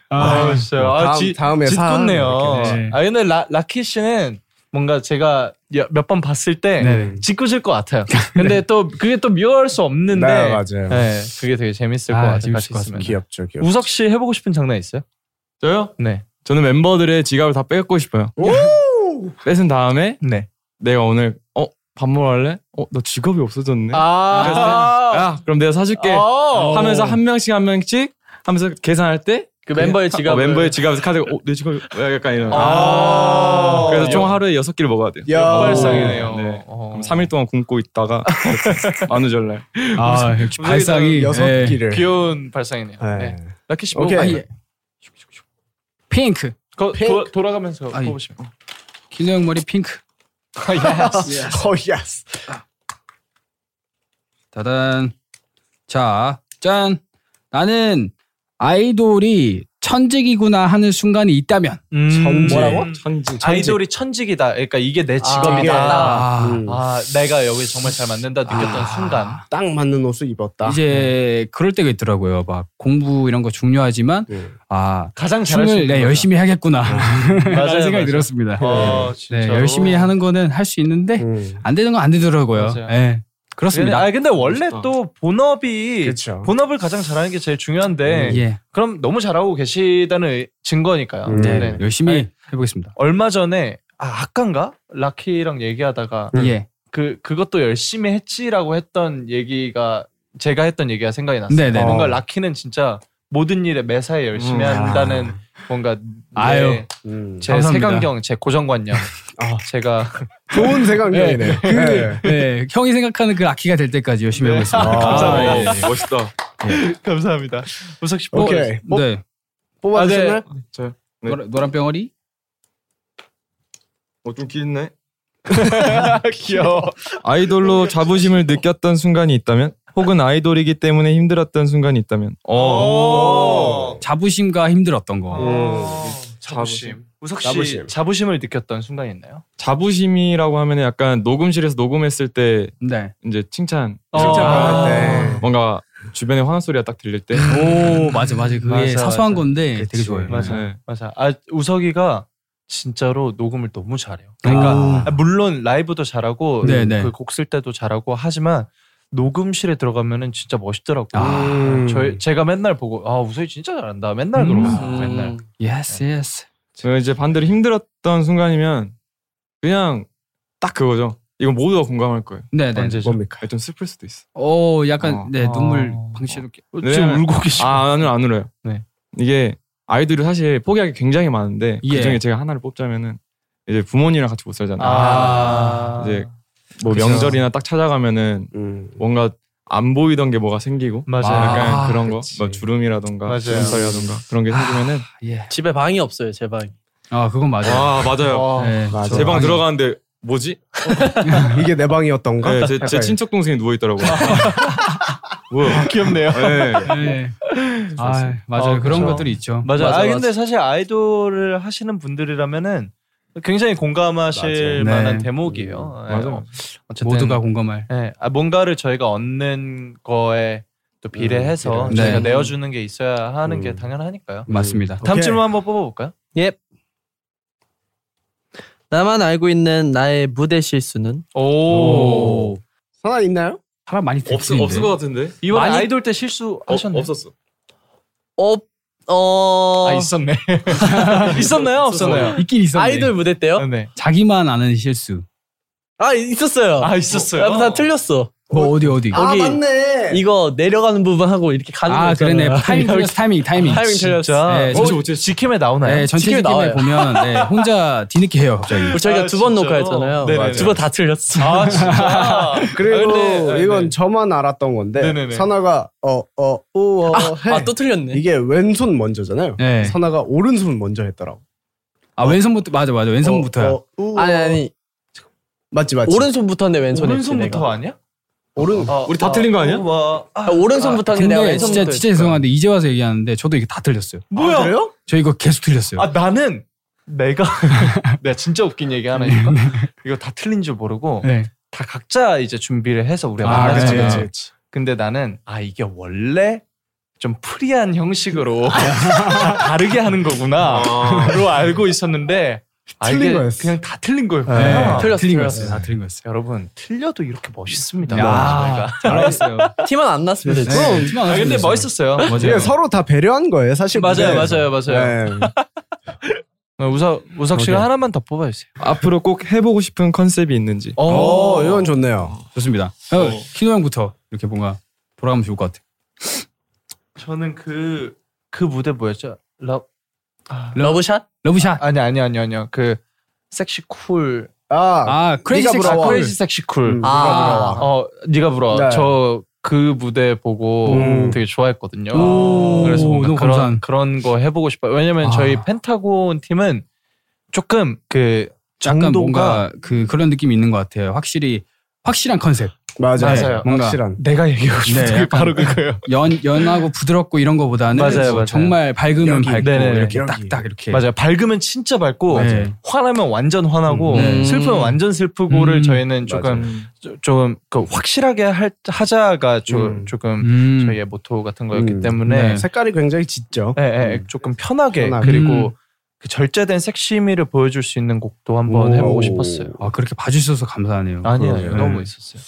아, 진짜. 아,
다음-
지,
다음에 사-
짓궂네요.
이렇게, 네.
아, 근데 라, 라키 씨는 뭔가 제가 몇 번 봤을 때
네.
짓궂을 것 같아요. 근데 또 그게 또 미워할 수 없는데.
네, 맞아요.
네, 그게 되게 재밌을 것
아,
같아요.
재밌을
같이
것
있으면.
귀엽죠 귀엽죠.
우석 씨 해보고 싶은 장난 있어요?
저요?
네.
저는 멤버들의 지갑을 다 뺏고 싶어요. 뺏은 다음에
네.
내가 오늘 어 밥 먹으러 갈래? 어너 지갑이 없어졌네.
아.
야 그럼 내가 사줄게.
어.
하면서 한 명씩 한 명씩 하면서 계산할 때.
그 멤버의
카-
지갑을
어, 멤버의 지갑에서 카드가 어, 내 지갑이 뭐야? 약간 이런
아.
그래서 총 하루에 여섯 끼를 아, 먹어야 돼요
야.
발상이네요.
네.
어.
그럼 3일 동안 굶고 있다가 만우절날
아 역시 발상이
여섯
예.
끼를.
귀여운 발상이네요.
네.
네. 라키 씨
오케이.
뽑아.
아니, 핑크
거,
픽.
도, 돌아가면서 뭐
아니.
뽑으시면.
길러 형 머리 핑크
어 예스.
따단 자짠 나는 아이돌이 천직이구나 하는 순간이 있다면
천재.
음.
뭐라고?
천지
아이돌이 천직이다. 그러니까 이게 내 직업이다. 아,
아,
음,
내가 여기 정말 잘 맞는다 느꼈던 순간. 네.
딱 맞는 옷을 입었다.
이제 그럴 때가 있더라고요. 막 공부 이런 거 중요하지만
네.
아
가장 잘할 수
춤을
있는
네,
거죠. 음,
열심히 해야겠구나
맞아요,
라는 생각이
맞아요.
들었습니다.
어,
네,
진짜로.
열심히 하는 거는 할 수 있는데
음.
안 되는 건 안 되더라고요.
맞아요.
네,
근데,
그렇습니다.
아 근데 원래
멋있다.
또 본업이
그쵸.
본업을 가장 잘하는 게 제일 중요한데
예,
그럼 너무 잘하고 계시다는 증거니까요.
음.
네,
네.
열심히
아니,
해보겠습니다.
얼마 전에 아 아까인가 라키랑 얘기하다가
음.
예,
그 그것도 열심히 했지라고 했던 얘기가 제가 했던 얘기가 생각이 났어요.
네네.
뭔가
어.
라키는 진짜 모든 일에 매사에 열심히
음.
한다는 뭔가 내-
아유.
음.
제
감사합니다.
색안경, 제 고정관념.
아.
제가
좋은 생각이네. 네.
네, 형이 생각하는 그 아키가 될 때까지 열심히 해보겠습니다.
아,
감사합니다 멋있다
네. 감사합니다. 우석 씨 뽑아.
오케이. 뭐
네,
뽑아주시나요?
아,
네.
노란, 노란 병아리.
어좀 길네
귀여워.
아이돌로 자부심을 느꼈던 순간이 있다면 혹은 아이돌이기 때문에 힘들었던 순간이 있다면 어
오.
자부심과 힘들었던 거.
자부심. 어. 우석 씨
자부심.
자부심. 을 느꼈던 순간이 있나요?
자부심이라고 하면 약간 녹음실에서 녹음했을 때
네.
이제 칭찬
어.
아,
아.
네.
뭔가 주변에 화난 소리가 딱 들릴 때
오, 맞아, 맞아. 그게
맞아,
사소한
맞아.
건데 되게
그치.
좋아요.
맞아.
네.
맞아. 아 우석이가 진짜로 녹음을 너무 잘해요. 그러니까 아, 물론 라이브도 잘하고
네네.
그 곡 쓸 때도 잘하고 하지만 녹음실에 들어가면은 진짜 멋있더라고요.
아.
음.
저희 제가 맨날 보고 아 우석이 진짜 잘한다. 맨날
음.
그러고 맨날
음.
Yes, yes.
저는 그 이제 반대로 힘들었던 순간이면 그냥 딱 그거죠. 이건 모두가 공감할 거예요.
네네.
뭐,
언제죠?
뭡니까?
좀 슬플 수도 있어.
오 약간
어.
네 눈물
어.
방치롭게. 네.
지금
울고 계시고.
아, 나는 안 울어요.
네.
이게 아이들이 사실 포기하기 굉장히 많은데
예.
그 중에 제가 하나를 뽑자면은 이제 부모님이랑 같이 못 살잖아요.
아.
이제 뭐
그죠.
명절이나 딱 찾아가면은
음.
뭔가 안 보이던 게 뭐가 생기고
맞아요.
약간
아,
그런 거,
그치.
뭐 주름이라던가
맞아요.
주름살이라던가 그런 게 생기면은
예.
집에 방이 없어요, 제 방이.
아 그건 맞아요.
아 맞아요.
네.
맞아요.
제 방
방이-
들어가는데 뭐지?
이게 내 방이었던가?
네, 제, 제
약간
친척 동생이 누워 있더라고요. 뭐야?
귀엽네요.
네.
네. 아 맞아요.
어,
그런
그렇죠.
것들이 있죠.
맞아. 아
맞아,
근데 사실 아이돌을 하시는 분들이라면은 굉장히
맞아요.
공감하실 만한
네.
대목이에요. 예,
맞아.
어, 어쨌든
모두가 공감할.
네, 아, 뭔가를 저희가 얻는 거에 또 비례해서
음,
네.
저희가 내어주는 게 있어야 하는
음.
게 당연하니까요.
맞습니다.
다음
오케이.
질문 한번 뽑아볼까요?
나만 알고 있는 나의 무대 실수는?
오.
하나 있나요?
사람 많이
없, 없을 것 같은데.
이번
많이-
아이돌 때
어,
실수하셨나요?
네. 없었어.
어, 어.
아 있었네. 있었나요? 없었나요?
있긴 있었네.
아이돌 무대 때요?
네.
자기만 아는 실수.
아, 있었어요.
아 있었어요.
아, 다 틀렸어.
뭐 어디 어디.
아
거기-
맞네.
이거 내려가는 부분하고 이렇게 가는
아
거 있잖아.
그러네. 타이밍 틀렸어. 타이밍 타이밍.
타이밍 틀렸어.
네,
어,
전체
어, 지킴에 나오나요?
네, 전체
지켜요,
팀에
나와요.
보면 네, 혼자 뒤늦게 해요 갑자기.
우리 저희가
아,
두 번
진짜로?
녹화했잖아요.
네네네.
두 번 다 틀렸어.
아 진짜.
그리고
아, 근데- 아,
이건
네.
저만 알았던 건데
네네네.
선아가 어어 우어 해
아, 또 틀렸네.
이게 왼손 먼저잖아요.
네.
선아가 오른손 먼저 했더라고.
아 왼손부터 맞아 맞아 왼손부터야.
어, 어, 우어.
아니, 아니.
맞지 맞지.
오른손부터인데 왼손이
오른손부터 아니야?
오른
어,
우리 다
어,
틀린 거 아니야?
어, 뭐, 아,
아, 오른손부터인데 내가
근데
왼손부터
진짜 진짜
했을 거야.
죄송한데 이제 와서 얘기하는데 저도 이게 다 틀렸어요.
뭐야?
그래요?
저 이거 계속 틀렸어요.
아 나는 내가 내가 진짜 웃긴 얘기 하나 이거 이거 다 틀린 줄 모르고
네.
다 각자 이제 준비를 해서 우리가
아,
만났잖아.
그치, 그치,
그치.
근데 나는 아 이게 원래 좀 프리한 형식으로 다 다르게 하는
어.
거구나로 알고 있었는데 아,
틀린
이게
거였어.
그냥 다 틀린 거였구나.
네.
아, 틀렸어,
틀린
틀렸어.
거였어요. 다 틀린 거였어요.
여러분 틀려도 이렇게 멋있습니다.
야, 잘했어요.
티만 안 났으면 아, 됐지.
네, 팀
저희가.
안
아 근데
하셨어요.
멋있었어요.
이게
맞아요.
서로 다 배려한 거예요, 사실.
네. 맞아요,
무대에서.
맞아요, 맞아요.
네.
어, 우석 우석 씨가 하나만 더 뽑아주세요.
앞으로 꼭 해보고 싶은 컨셉이 있는지.
어,
어,
오, 어, 이건 좋네요.
좋습니다. 어, 키노 형부터 이렇게 뭔가 돌아가면 좋을 것 같아요.
저는 그 그 무대 뭐였죠? 러
러브샷?
러브샷.
아니 아니 아니 아니요 그 섹시 쿨
아,
아, 크레이지
네가
섹시
부러워.
쿨.
크레이지 섹시 쿨.
음,
아.
누가 물어봐.
어 네가 부러워.
네.
저 그 무대 보고
음.
되게 좋아했거든요.
오,
그래서 뭔가
너무
그런
감사한.
그런 거 해보고 싶어요. 왜냐면
아.
저희 펜타곤 팀은 조금 그
약간
정도가
뭔가 그 그런 느낌이 있는 것 같아요. 확실히 확실한 컨셉.
맞아요.
맞아요.
뭔가. 확실한.
내가 얘기하고 싶은
네,
게
약간
바로 그거예요.
연 연하고 부드럽고 이런 거보다는
맞아요,
뭐
맞아요.
정말 밝으면
여기,
밝고
네네네.
이렇게
여기.
딱딱 이렇게
맞아요. 밝으면 진짜 밝고
네.
화나면 완전 화나고
음.
슬프면 완전 슬프고를
음.
저희는 조금 조- 조금 그 확실하게 할, 하자가 조,
음.
조금
음.
저희의 모토 같은 거였기
음.
때문에
네.
색깔이 굉장히 짙죠.
예, 예, 조금 편하게,
편하게.
그리고
음.
그 절제된 섹시미를 보여줄 수 있는 곡도 한번
오.
해보고 싶었어요.
아 그렇게 봐주셔서 감사하네요.
아니요,
그러네요.
너무 있었어요.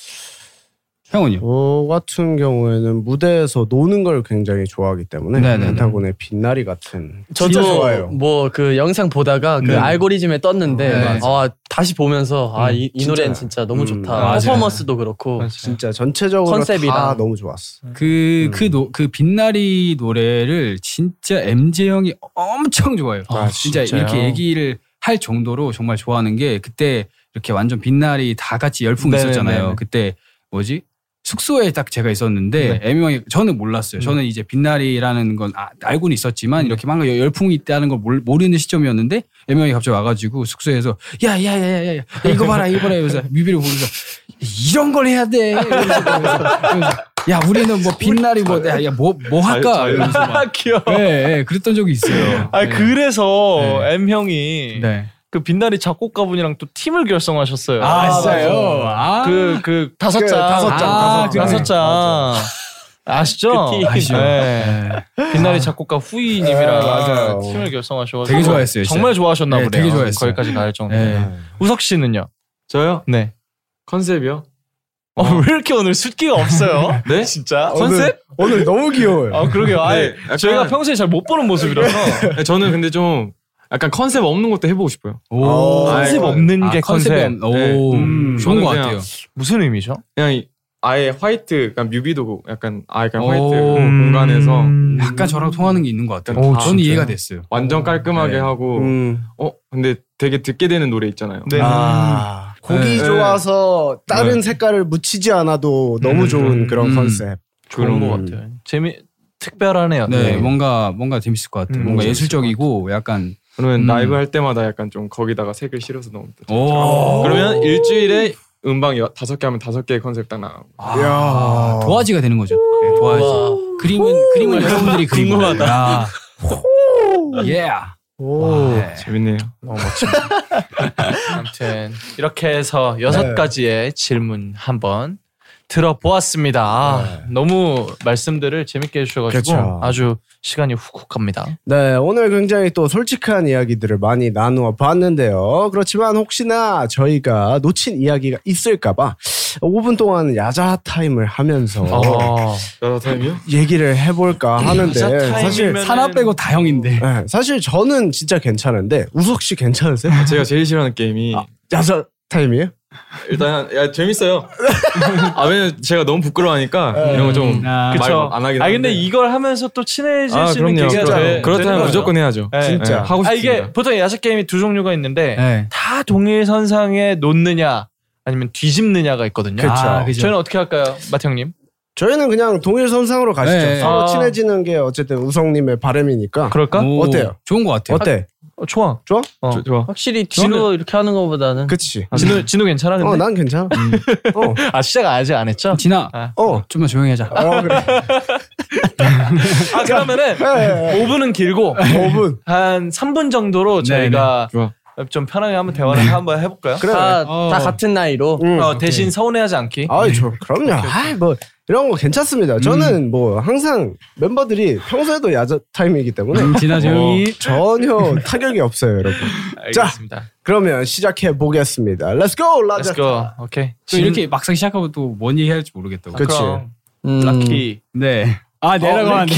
형은요?
저 어, 같은 경우에는 무대에서 노는 걸 굉장히 좋아하기 때문에
네네네.
펜타곤의 빛나리 같은 진짜
저도
좋아요.
뭐 그 영상 보다가 그
네.
알고리즘에 떴는데
네,
아, 다시 보면서 아 이
음, 진짜요.
노래는 진짜 너무
음,
좋다.
맞아요.
퍼포먼스도
아,
그렇고
진짜 전체적으로
컨셉이랑.
다 너무 좋았어.
그,
음.
그, 노, 그 빛나리 노래를 진짜 MJ형이 엄청 좋아해요.
아,
진짜
진짜요?
이렇게 얘기를 할 정도로 정말 좋아하는 게 그때 이렇게 완전 빛나리 다 같이 열풍
네네네네.
있었잖아요. 그때 뭐지? 숙소에 딱 제가
네.
있었는데 m 형이 저는
음.
몰랐어요. 저는 이제 빛나리라는 건 아, 알고는 있었지만 이렇게 막 열- 열풍이 있다는 걸 몰- 모르는 시점이었는데 m 형이 갑자기 와가지고 숙소에서 야야야야야 야, 이거 봐라 이거 봐라 이러면서 뮤비를 보면서 이런 걸 해야 돼. 이러면서, 이러면서, 이러면서, 야 우리는 뭐 빛나리 뭐야뭐뭐 뭐 할까.
자유-
이러면서 막.
아, 귀여워.
네, 네, 그랬던 적이 있어요.
아
네.
그래서
네.
M 형이
네.
그 빛나리 작곡가분이랑 또 팀을 결성하셨어요.
아, 진짜요? 아.
그그 그 다섯
그
장,
다섯
장,
아,
다섯 장.
다섯 장. 아시죠?
그 팀.
아시죠.
네. 빛나리 작곡가
네, 맞아요.
후이님이랑 팀을 결성하셔가지고
되게 좋아했어요, 진짜.
정말 좋아하셨나
네,
보네요.
되게 좋아했어요.
거기까지 갈 정도.
네.
우석 씨는요?
저요?
네.
컨셉이요?
어, 왜 이렇게 오늘 숫기가 없어요?
네?
진짜?
오늘, 오늘 너무 귀여워요.
아, 그러게요. 아예
네, 약간-
저희가 평소에 잘 못 보는 모습이라서.
네, 저는 근데 좀 약간 컨셉 없는 것도 해보고 싶어요.
오.
컨셉 없는
아,
게
컨셉이
컨셉.
없- 오.
네.
음, 좋은
저는
것
그냥
같아요.
무슨 의미죠?
그냥 이- 아예 화이트, 약간 뮤비도 약간 아 약간 화이트
오.
음.
공간에서
약간 저랑 통하는 게 있는 것 같아요.
오,
저는
진짜요?
이해가 됐어요.
완전 깔끔하게
네.
하고
음.
어 근데 되게 듣게 되는 노래 있잖아요.
네.
아, 고기
네.
좋아서 다른
네.
색깔을 묻히지 않아도 너무
음,
좋은 그런
음.
컨셉.
좋은
그런 음.
것 같아요. 재미 특별하네요.
네, 뭔가 뭔가 재밌을 것 같아요.
음,
뭔가
재밌을
예술적이고 약간
그러면
음.
라이브 할 때마다 약간 좀 거기다가 색을 실어서 넣으면 또
오.
그러면 일주일에 음방 여- 다섯 개 하면 다섯 개의 컨셉 딱 나가고
아,
이야.
도화지가 되는 거죠. 네, 도화지.
와.
그림은 그림은 여러분들이 그린
궁금하다.
거다. 예.
오.
네.
아, 재밌네요.
아무튼 이렇게 해서 여섯
네.
가지의 질문 한번 들어보았습니다. 아, 너무 말씀들을 재밌게 해주셔가지고
네. 그렇죠.
아주 시간이 훅훅 갑니다.
네, 오늘 굉장히 또 솔직한 이야기들을 많이 나누어 봤는데요. 그렇지만 혹시나 저희가 놓친 이야기가 있을까봐 5분 동안 야자 타임을 하면서
어,
여자 타임이요?
얘기를 해볼까 하는데
음, 야자 타임이면-
사실
산하 빼고 다 형인데.
네, 사실 저는 진짜 괜찮은데 우석 씨 괜찮으세요?
아, 제가 제일 싫어하는 게임이
아.
야자 타임이에요?
일단 야 재밌어요. 아 왜냐면 제가 너무 부끄러워하니까 이런 거좀
아.
그쵸.
안 하긴
아 근데
한데.
이걸 하면서 또 음. 친해질
아
수 있는
그럼요.
계기가 돼- 되는
그렇다면
거죠.
무조건 해야죠.
네.
진짜.
네, 하고
아
싶습니다.
이게 보통 야자 게임이 두 종류가 있는데
네.
다 동일 선상에 놓느냐 아니면 뒤집느냐가 있거든요.
그렇죠.
그쵸. 아, 그죠.
저희는 어떻게 할까요, 마태 형님?
저희는 그냥 동일 선상으로 가시죠.
네.
서로
아.
친해지는 게 어쨌든 우성님의 바람이니까.
그럴까?
오,
어때요?
좋은 것 같아요.
어때?
어, 좋아.
좋아?
어.
좋- 좋아.
확실히 뒤로 이렇게 하는 것보다는
그치.
진우 진우 괜찮아 근데?
어, 난 괜찮아. 어,
아 시작 아직 안 했죠?
진아,
아,
어.
좀만 조용히 하자.
어, 그래.
아 그러면은
네.
5분은 길고
5분.
한 3분 정도로
네,
저희가
좋아.
좀 편하게 한번 대화를 한번 해볼까요?
그래.
다,
어.
다 같은 나이로
응.
어, 대신 서운해하지 않기.
음. 아이, 저, 그럼요. 아이, 뭐, 이런 거 괜찮습니다.
음.
저는 뭐, 항상 멤버들이 평소에도 야자 타임이기 때문에
음, 진아 조용히.
전혀 타격이 없어요, 여러분.
아, 알겠습니다.
그러면 시작해 보겠습니다. Let's go, 라자.
Let's go. 아, 오케이. 아,
또 이렇게 막상 시작하면 또 뭔 얘기 할지 모르겠다고.
그치.
그럼
음,
럭키.
네. 아, 내라고
어,
하는.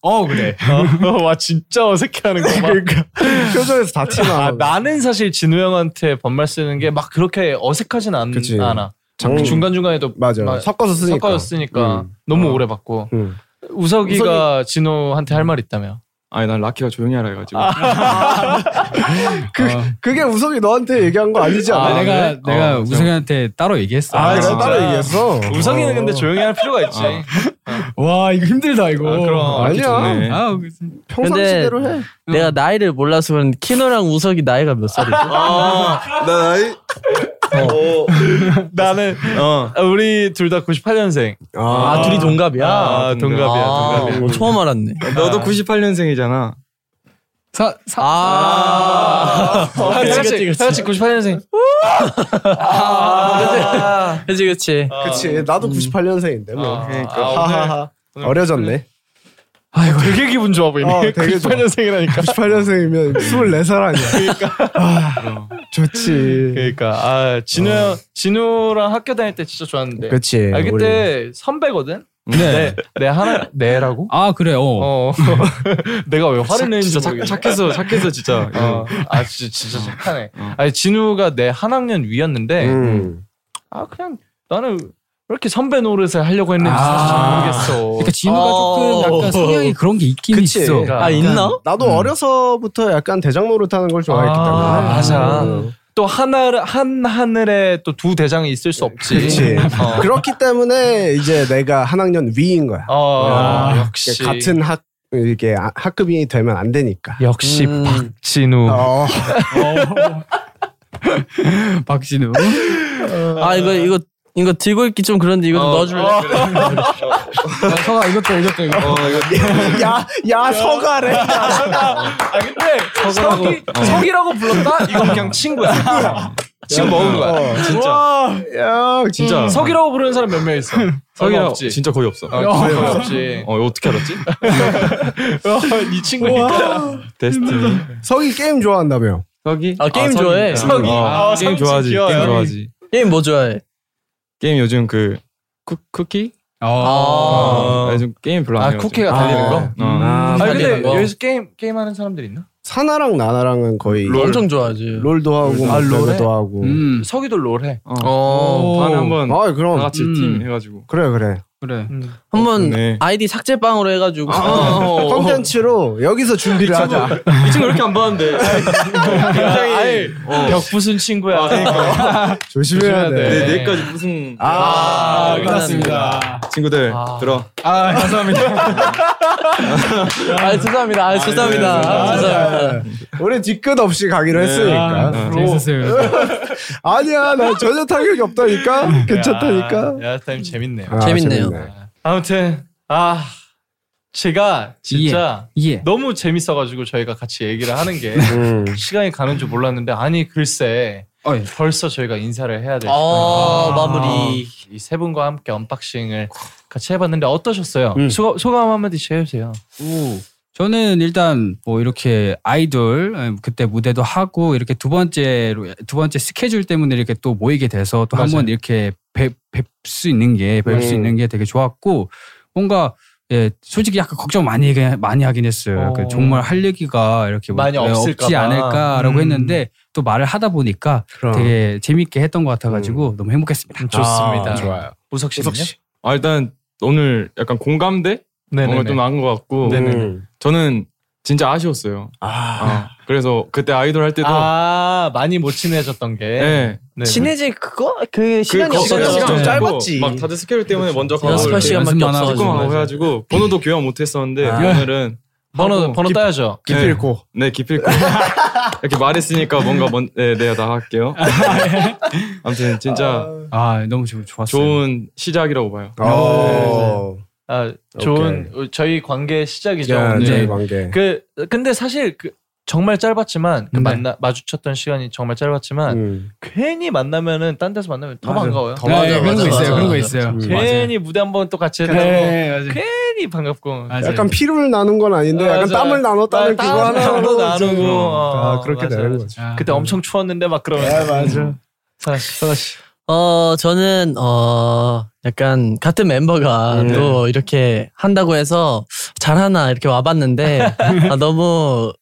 어, 그래.
어, 와 진짜 어색해하는 거. 그러니까.
표정에서 다 티나.
아, 나는 사실 진우 형한테 반말 쓰는 게 막 그렇게 어색하진 않,
그치.
않아. 어.
장-
중간 중간에도
맞아.
막
섞어서 쓰니까.
섞어서 쓰니까
음.
너무 오래 받고.
음.
우석이가 음. 진호한테 할 말 있다며.
아니 난 라키가 조용히 하라 해가지고
아,
그, 그게 우석이 너한테 얘기한 거 아니지 않아?
아, 내가
그래?
내가
어,
우승이한테 따로 얘기했어.
아,
진짜?
그래? 따로 얘기했어.
우성이는 근데 조용히 할 필요가 있지.
와, 이거 힘들다 이거.
아, 그럼.
어, 아니야.
좋네.
아,
평상시대로 해.
내가 나이를 몰라서 그런데 키노랑 우석이 나이가 몇
아,
살이죠?
나 나이
어. 나는
어.
아, 우리 둘 다 98년생.
아, 둘이 동갑이야?
아, 동갑이야, 아.
아,
동갑이야.
뭐 처음 알았네.
너도 98년생이잖아.
사, 사,
아,
다 같이, 다 같이 98년생. 아,
그치, 그치.
그치. 나도 98년생인데 뭐.
음. 아,
그러니까.
하하하.
오늘
어려졌네.
아이고, 되게 기분 좋아 보이네.
어, 되게 좋아.
98년생이라니까.
98년생이면 24살 아니야. 아, 좋지.
그러니까 아 진우 형- 진우랑 학교 다닐 때 진짜 좋았는데.
어. 그치.
아 그때 선배거든.
네.
내 하나 내라고?
아, 그래. 어.
어. 내가 왜 화를 내는지
진짜
모르겠네.
착, 착해서 착해서 진짜.
어. 아 진짜 진짜 착하네. 아니 진우가 내 한 학년 위였는데
음.
아 그냥 나는 왜 이렇게 선배 노릇을 하려고 했는지
아.
사실 잘 모르겠어.
그러니까 진우가
어.
조금 약간 성향이 그런 게 있긴
그치.
있어.
그러니까.
아, 있나?
나도 어려서부터 약간 대장 노릇하는 걸 좋아했기 때문에.
아, 맞아.
음.
또 하늘 한 하늘에 또 두 대장이 있을 수 없지.
그치.
어.
그렇기 때문에 이제 내가 한 학년 위인 거야.
어,
야,
역시
그 같은 학 이게 아- 학급이 되면 안 되니까.
역시
음.
박진우.
어.
박진우.
아, 이거, 이거, 이거 들고 있기 좀 그런데 이거 좀 넣어줄래?
서가 이것도 이것도 이거.
야, 야 서가래.
아 근데 석이
어.
석이라고 불렀다? 이건 그냥 친구야. 지금 먹은 거야.
어,
진짜.
야,
진짜. 아,
석이라고 부르는 사람 몇 명 있어?
석이라
없지.
진짜 거의 없어.
아, 거의 없지.
어 이거 어떻게 알았지?
이 친구니까.
데스티니.
석이 게임 좋아한다며.
석이?
아, 게임
석이.
좋아해.
석이.
어,
아,
게임
삼촌
좋아하지.
귀여워요.
게임 좋아하지.
게임 뭐 좋아해?
게임 요즘 그 쿠, 쿠키?
어.
요즘 게임 별로 안
아
해가지고.
쿠키가 달리는 거?
어.
아
달리는
근데
거.
어. 여기서 게임 게임 하는 사람들 있나?
사나랑 나나랑은 거의
음, 엄청 좋아하지.
롤도 하고
아, 롤해?
롤도 하고.
음
서기도 롤해.
어, 다음에 한번 다
아 그럼
같이
음.
팀 해가지고.
그래 그래.
그래.
음.
한번
네.
아이디 삭제방으로 해가지고 어,
컨텐츠로 여기서 준비를 하자.
이 친구 이렇게 안 봤는데. 굉장히
어. 벽 부순 친구야.
조심해야 돼.
네, 내일까지 무슨
아,
그러니까.
끝났습니다.
친구들 들어.
아 감사합니다.
아 죄송합니다. 아 죄송합니다. 아, 죄송합니다.
우리 뒤끝 없이 가기로 했으니까.
아, 어,
재밌었어요.
아니야, 나 전혀 타격이 없다니까. 괜찮다니까.
야타임 재밌네요.
아,
재밌네요.
아무튼 아 제가 진짜
예.
너무 재밌어가지고 저희가 같이 얘기를 하는 게
음.
시간이 가는 줄 몰랐는데 아니 글쎄
어, 예.
벌써 저희가 인사를 해야 될
어,
시간이에요.
마무리.
이 세 분과 함께 언박싱을 같이 해봤는데 어떠셨어요?
음.
소감, 소감 한마디 해주세요.
오. 저는 일단 뭐 이렇게 아이돌 음, 그때 무대도 하고 이렇게 두 번째로 두 번째 스케줄 때문에 이렇게 또 모이게 돼서 또 한
맞아요. 네.
번 이렇게 뵙수 있는 게 뵐 수
음.
있는 게 되게 좋았고 뭔가 예 솔직히 약간 걱정 많이 하긴- 많이 하긴 했어요. 그
어.
정말 할 얘기가 이렇게
많이
예,
없을까
없지
봐.
않을까라고
음.
했는데 또 말을 하다 보니까
그럼.
되게 재밌게 했던 것 같아가지고 너무 행복했습니다.
음. 좋습니다. 어,
좋아요.
우석 씨는요?
우석 씨.
아 일단 오늘 약간 공감대 뭔가 좀 나은 것 같고
음.
저는 진짜 아쉬웠어요.
아,
어, 그래서 그때 아이돌 할 때도
아 많이 못 친해졌던 게.
예.
네.
친해질 그거 그 시간이
시간이
그
없어서
없어요.
없고
좀 짧았지.
막 다들 스케줄 때문에 먼저 가고
연습할
네,
이렇게
시간밖에
연습만 하고
없어가지고.
조금 하고 해가지고 번호도 교환 못했었는데
아.
오늘은
번호
하고
번호 따야죠.
깊이
네.
잃고.
네 기필코 이렇게 말했으니까 뭔가 먼 네, 내가 나갈게요. 아무튼 진짜
아 너무 좋- 좋았어요.
좋은 시작이라고 봐요.
어.
아 좋은 저희 관계 시작이죠.
야,
오늘.
저희 관계.
그 근데 사실 그 정말 짧았지만 그
네.
만나 마주쳤던 시간이 정말 짧았지만
음.
괜히 만나면은 딴 데서 만나면 더
맞아.
반가워요.
더 맞아,
네, 그런
맞아,
거 있어요.
맞아,
그런 거
맞아.
있어요.
음.
괜히 무대 한 번 또 같이 했다고
네, 맞아요.
괜히 반갑고
맞아요.
약간 피를 나눈 건 아닌데 약간
맞아.
땀을 나눴다는
땀-
그거
땀도
하나로
나누고
좀- 아,
어,
그렇게
맞아,
되는
맞아.
거죠.
아,
그때 엄청 추웠는데 막 그러면 음.
맞아.
사나 씨, 사나 씨.
어 저는 어 약간 같은 멤버가
네.
또 이렇게 한다고 해서 잘하나 이렇게 와봤는데 아, 너무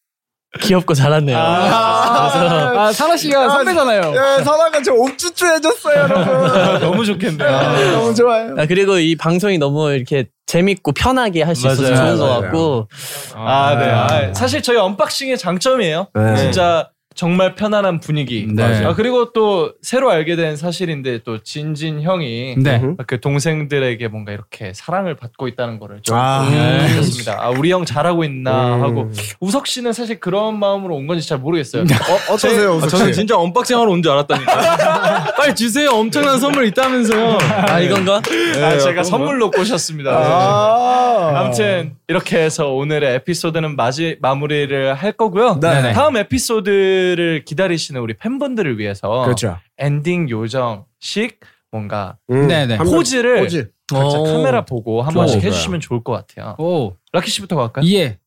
귀엽고 잘하네요.
아.
그래서
아 사라 씨가 선배잖아요.
예, 사나가 저 옥쭈쭈해줬어요, 여러분.
너무 좋겠네요.
아, 너무 좋아요.
아, 그리고 이 방송이 너무 이렇게 재밌고 편하게 할 수 있어서
맞아요,
좋은 것
맞아요.
같고
아, 네. 아, 사실 저희 언박싱의 장점이에요.
네.
진짜 정말 편안한 분위기.
네.
아, 그리고 또 새로 알게 된 사실인데 또 진진 형이
네.
그 동생들에게 뭔가 이렇게 사랑을 받고 있다는 거를 좀
아.
느꼈습니다. 아, 우리 형 잘하고 있나
음.
하고 우석 씨는 사실 그런 마음으로 온 건지 잘 모르겠어요.
어, 어떠세요,
아,
우석 씨?
저는 진짜 언박싱하러 온 줄 알았다니까. 빨리 주세요. 엄청난 선물 있다면서요.
아 이건가?
네,
아, 제가 선물로 꼬셨습니다. 네.
아.
아무튼 이렇게 해서 오늘의 에피소드는 마지, 마무리를 할 거고요.
네네.
다음 에피소드를 기다리시는 우리 팬분들을 위해서
그렇죠.
엔딩 요정식 뭔가
음.
네네.
한 명-
포즈를
포즈.
각자
오.
카메라 보고 한
좋아요,
번씩
좋아요.
해주시면 좋을 것 같아요.
오
라키 씨부터 갈까요?
예.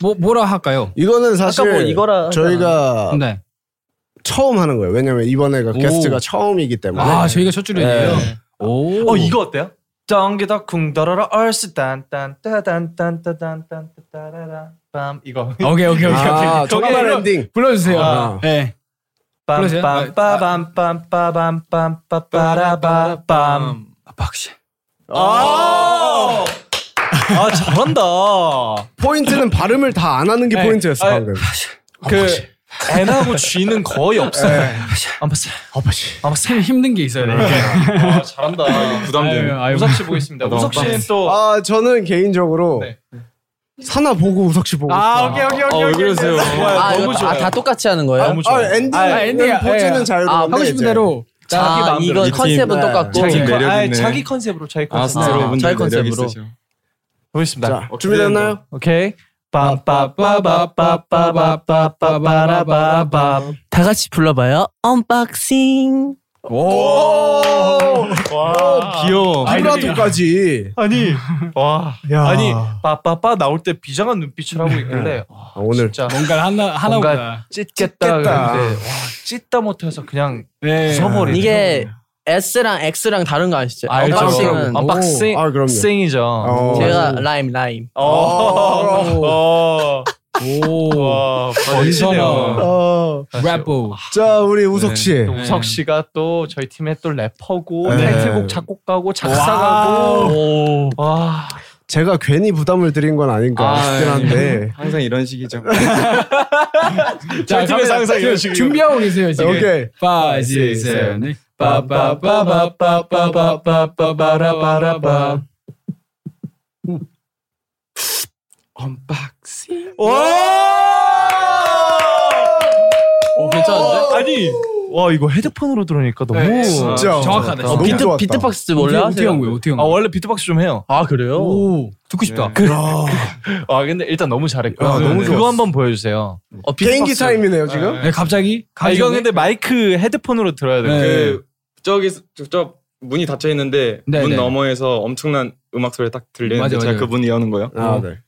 뭐 뭐라 할까요?
이거는 사실
아까 뭐 이거라
저희가
네.
처음 하는 거예요. 왜냐면 이번에가
오.
게스트가 처음이기 때문에.
아 저희가 첫 줄이에요.
네.
오.
어 이거 어때요? 덩기덕 쿵더러러 얼스 딴딴 따단 따단 딴 따라라 빰 이거
오케이 오케이 오케이.
아,
오케이.
정말
거기에
엔딩.
불러주세요.
아.
네. 그러세요?
아, 빰빰빰빰빰빰빰빰빠라바빰
박씨.
아, 아 잘한다.
포인트는 발음을 다 안 하는 게
네.
포인트였어,
아,
방금.
그 N하고 G는 거의 없어요. 아마스
아빠씨.
아마스.
참 힘든 게 있어요. 네. 이렇게.
아 잘한다.
부담돼요.
아유,
우석 씨 보겠습니다.
너무
우석 씨는
빡세.
또
아, 저는 개인적으로
네.
사나 보고 우석 씨 보고.
아 오케이 오케이
아,
오케이.
왜
오케이.
그러세요?
아,
너무
이거 다-
좋아요.
아, 다 똑같이 하는 거예요?
너무 좋아요.
엔딩.
아, 엔딩이야.
포즈는
예.
자유로운데.
아,
하고 싶은
네.
대로.
자기
아,
마음대로
이거
이
컨셉은
팀.
똑같고
자기
아,
매력 있네.
자기 컨셉으로 자기
아,
네. 컨셉.
스타로
아,
분들
저희
매력
컨셉으로.
있으셔.
보겠습니다.
자, 준비됐나요?
오케이. 빰빠빠바빠빠빠빠빠빠라바밤.
다 같이 불러봐요. 언박싱.
귀여워.
비브라토까지.
아니 와
야.
아니 빠빠빠 나올 때 비장한 눈빛을 하고 있길래 와,
아, 오늘
진짜
뭔가 하나 하나보다.
찢겠다
찢겠다.
그랬는데 와 찢다 못해서 그냥
네.
부숴버리네
이게 S랑 X랑 다른 거 아시죠?
알죠
언박싱은
어,
언박싱
아, 그럼요.
싱이죠
어.
제가 라임 라임.
어. 어.
오.
와 멋지네요.
인사나.
어,
래퍼.
자 우리 우석 씨.
또 우석 씨가 또 저희 팀의 또 래퍼고
네.
타이틀곡 작곡가고 작사가고 와
제가 괜히 부담을 드린 건 아닌가
아,
싶긴 한데.
항상 이런 식이죠.
자, 가면
팀에서 항상 이런
그
식으로.
준비하고 계세요, 지금. 아,
오케이.
5, 6, 7, 8. 빠빠빠빠빠빠빠빠빠빠라바라바.
언박싱.
오, 괜찮은데?
아니 와 이거 헤드폰으로 들으니까 너무
네,
진짜
정확하다,
아, 너무
비트
좋았다.
비트박스 원래
어떻게
하세요?
한 거예요? 어떻게 한
아
거예요?
원래 비트박스 좀 해요.
아 그래요?
오. 듣고 싶다.
아 근데 일단 너무 잘했고
야, 너무 좋았어.
그거 한번 보여주세요.
어, 비트박스.
개인기 타임이네요 지금.
네, 갑자기?
아 이건 근데 마이크 헤드폰으로 들어야 돼요.
네.
그 저기 저, 저 문이 닫혀 있는데
네,
문
네.
너머에서 엄청난 음악 소리 딱 들리는데
맞아요,
제가
맞아요.
그 문을 여는 거예요.
아 네.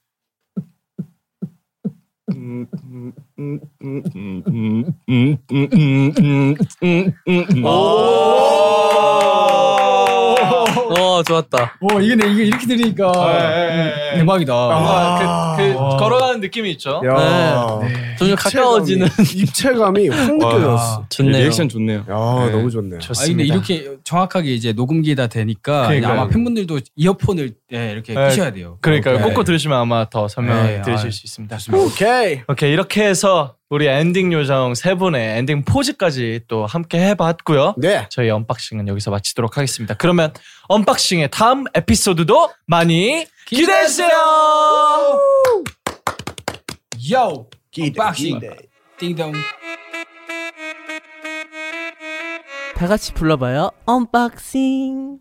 음, 음, 음, 음, 음, 음, 음, 음, 음, 음, 음, 음.
어 좋았다.
오, 이게 근데 이게 이렇게 들으니까 대박이다.
뭔가 그, 그 걸어가는 느낌이 있죠.
야.
점점 네, 가까워지는
입체감이 확 느껴졌어.
좋네요.
리액션 좋네요.
야
네.
너무 좋네요.
아 근데 이렇게 정확하게 이제 녹음기에다 대니까
그러니까요.
아마 팬분들도 이어폰을 예, 이렇게
네.
끼셔야 돼요.
그러니까 요
네.
꽂고 들으시면 아마 더 설명하게
네,
들으실
아,
수 있습니다.
오케이.
오케이 이렇게 해서 우리 엔딩 요정 세 분의 엔딩 포즈까지 또 함께 해봤고요.
네.
저희 언박싱은 여기서 마치도록 하겠습니다. 그러면 언박싱의 다음 에피소드도 많이 기대해주세요.
Yo, 박싱, 띵동.
다 같이 불러봐요. 언박싱.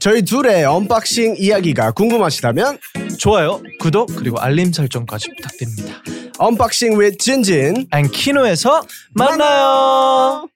저희 둘의 언박싱 이야기가 궁금하시다면
좋아요, 구독 그리고 알림 설정까지 부탁드립니다.
언박싱 with 진진
앤키노에서 만나요.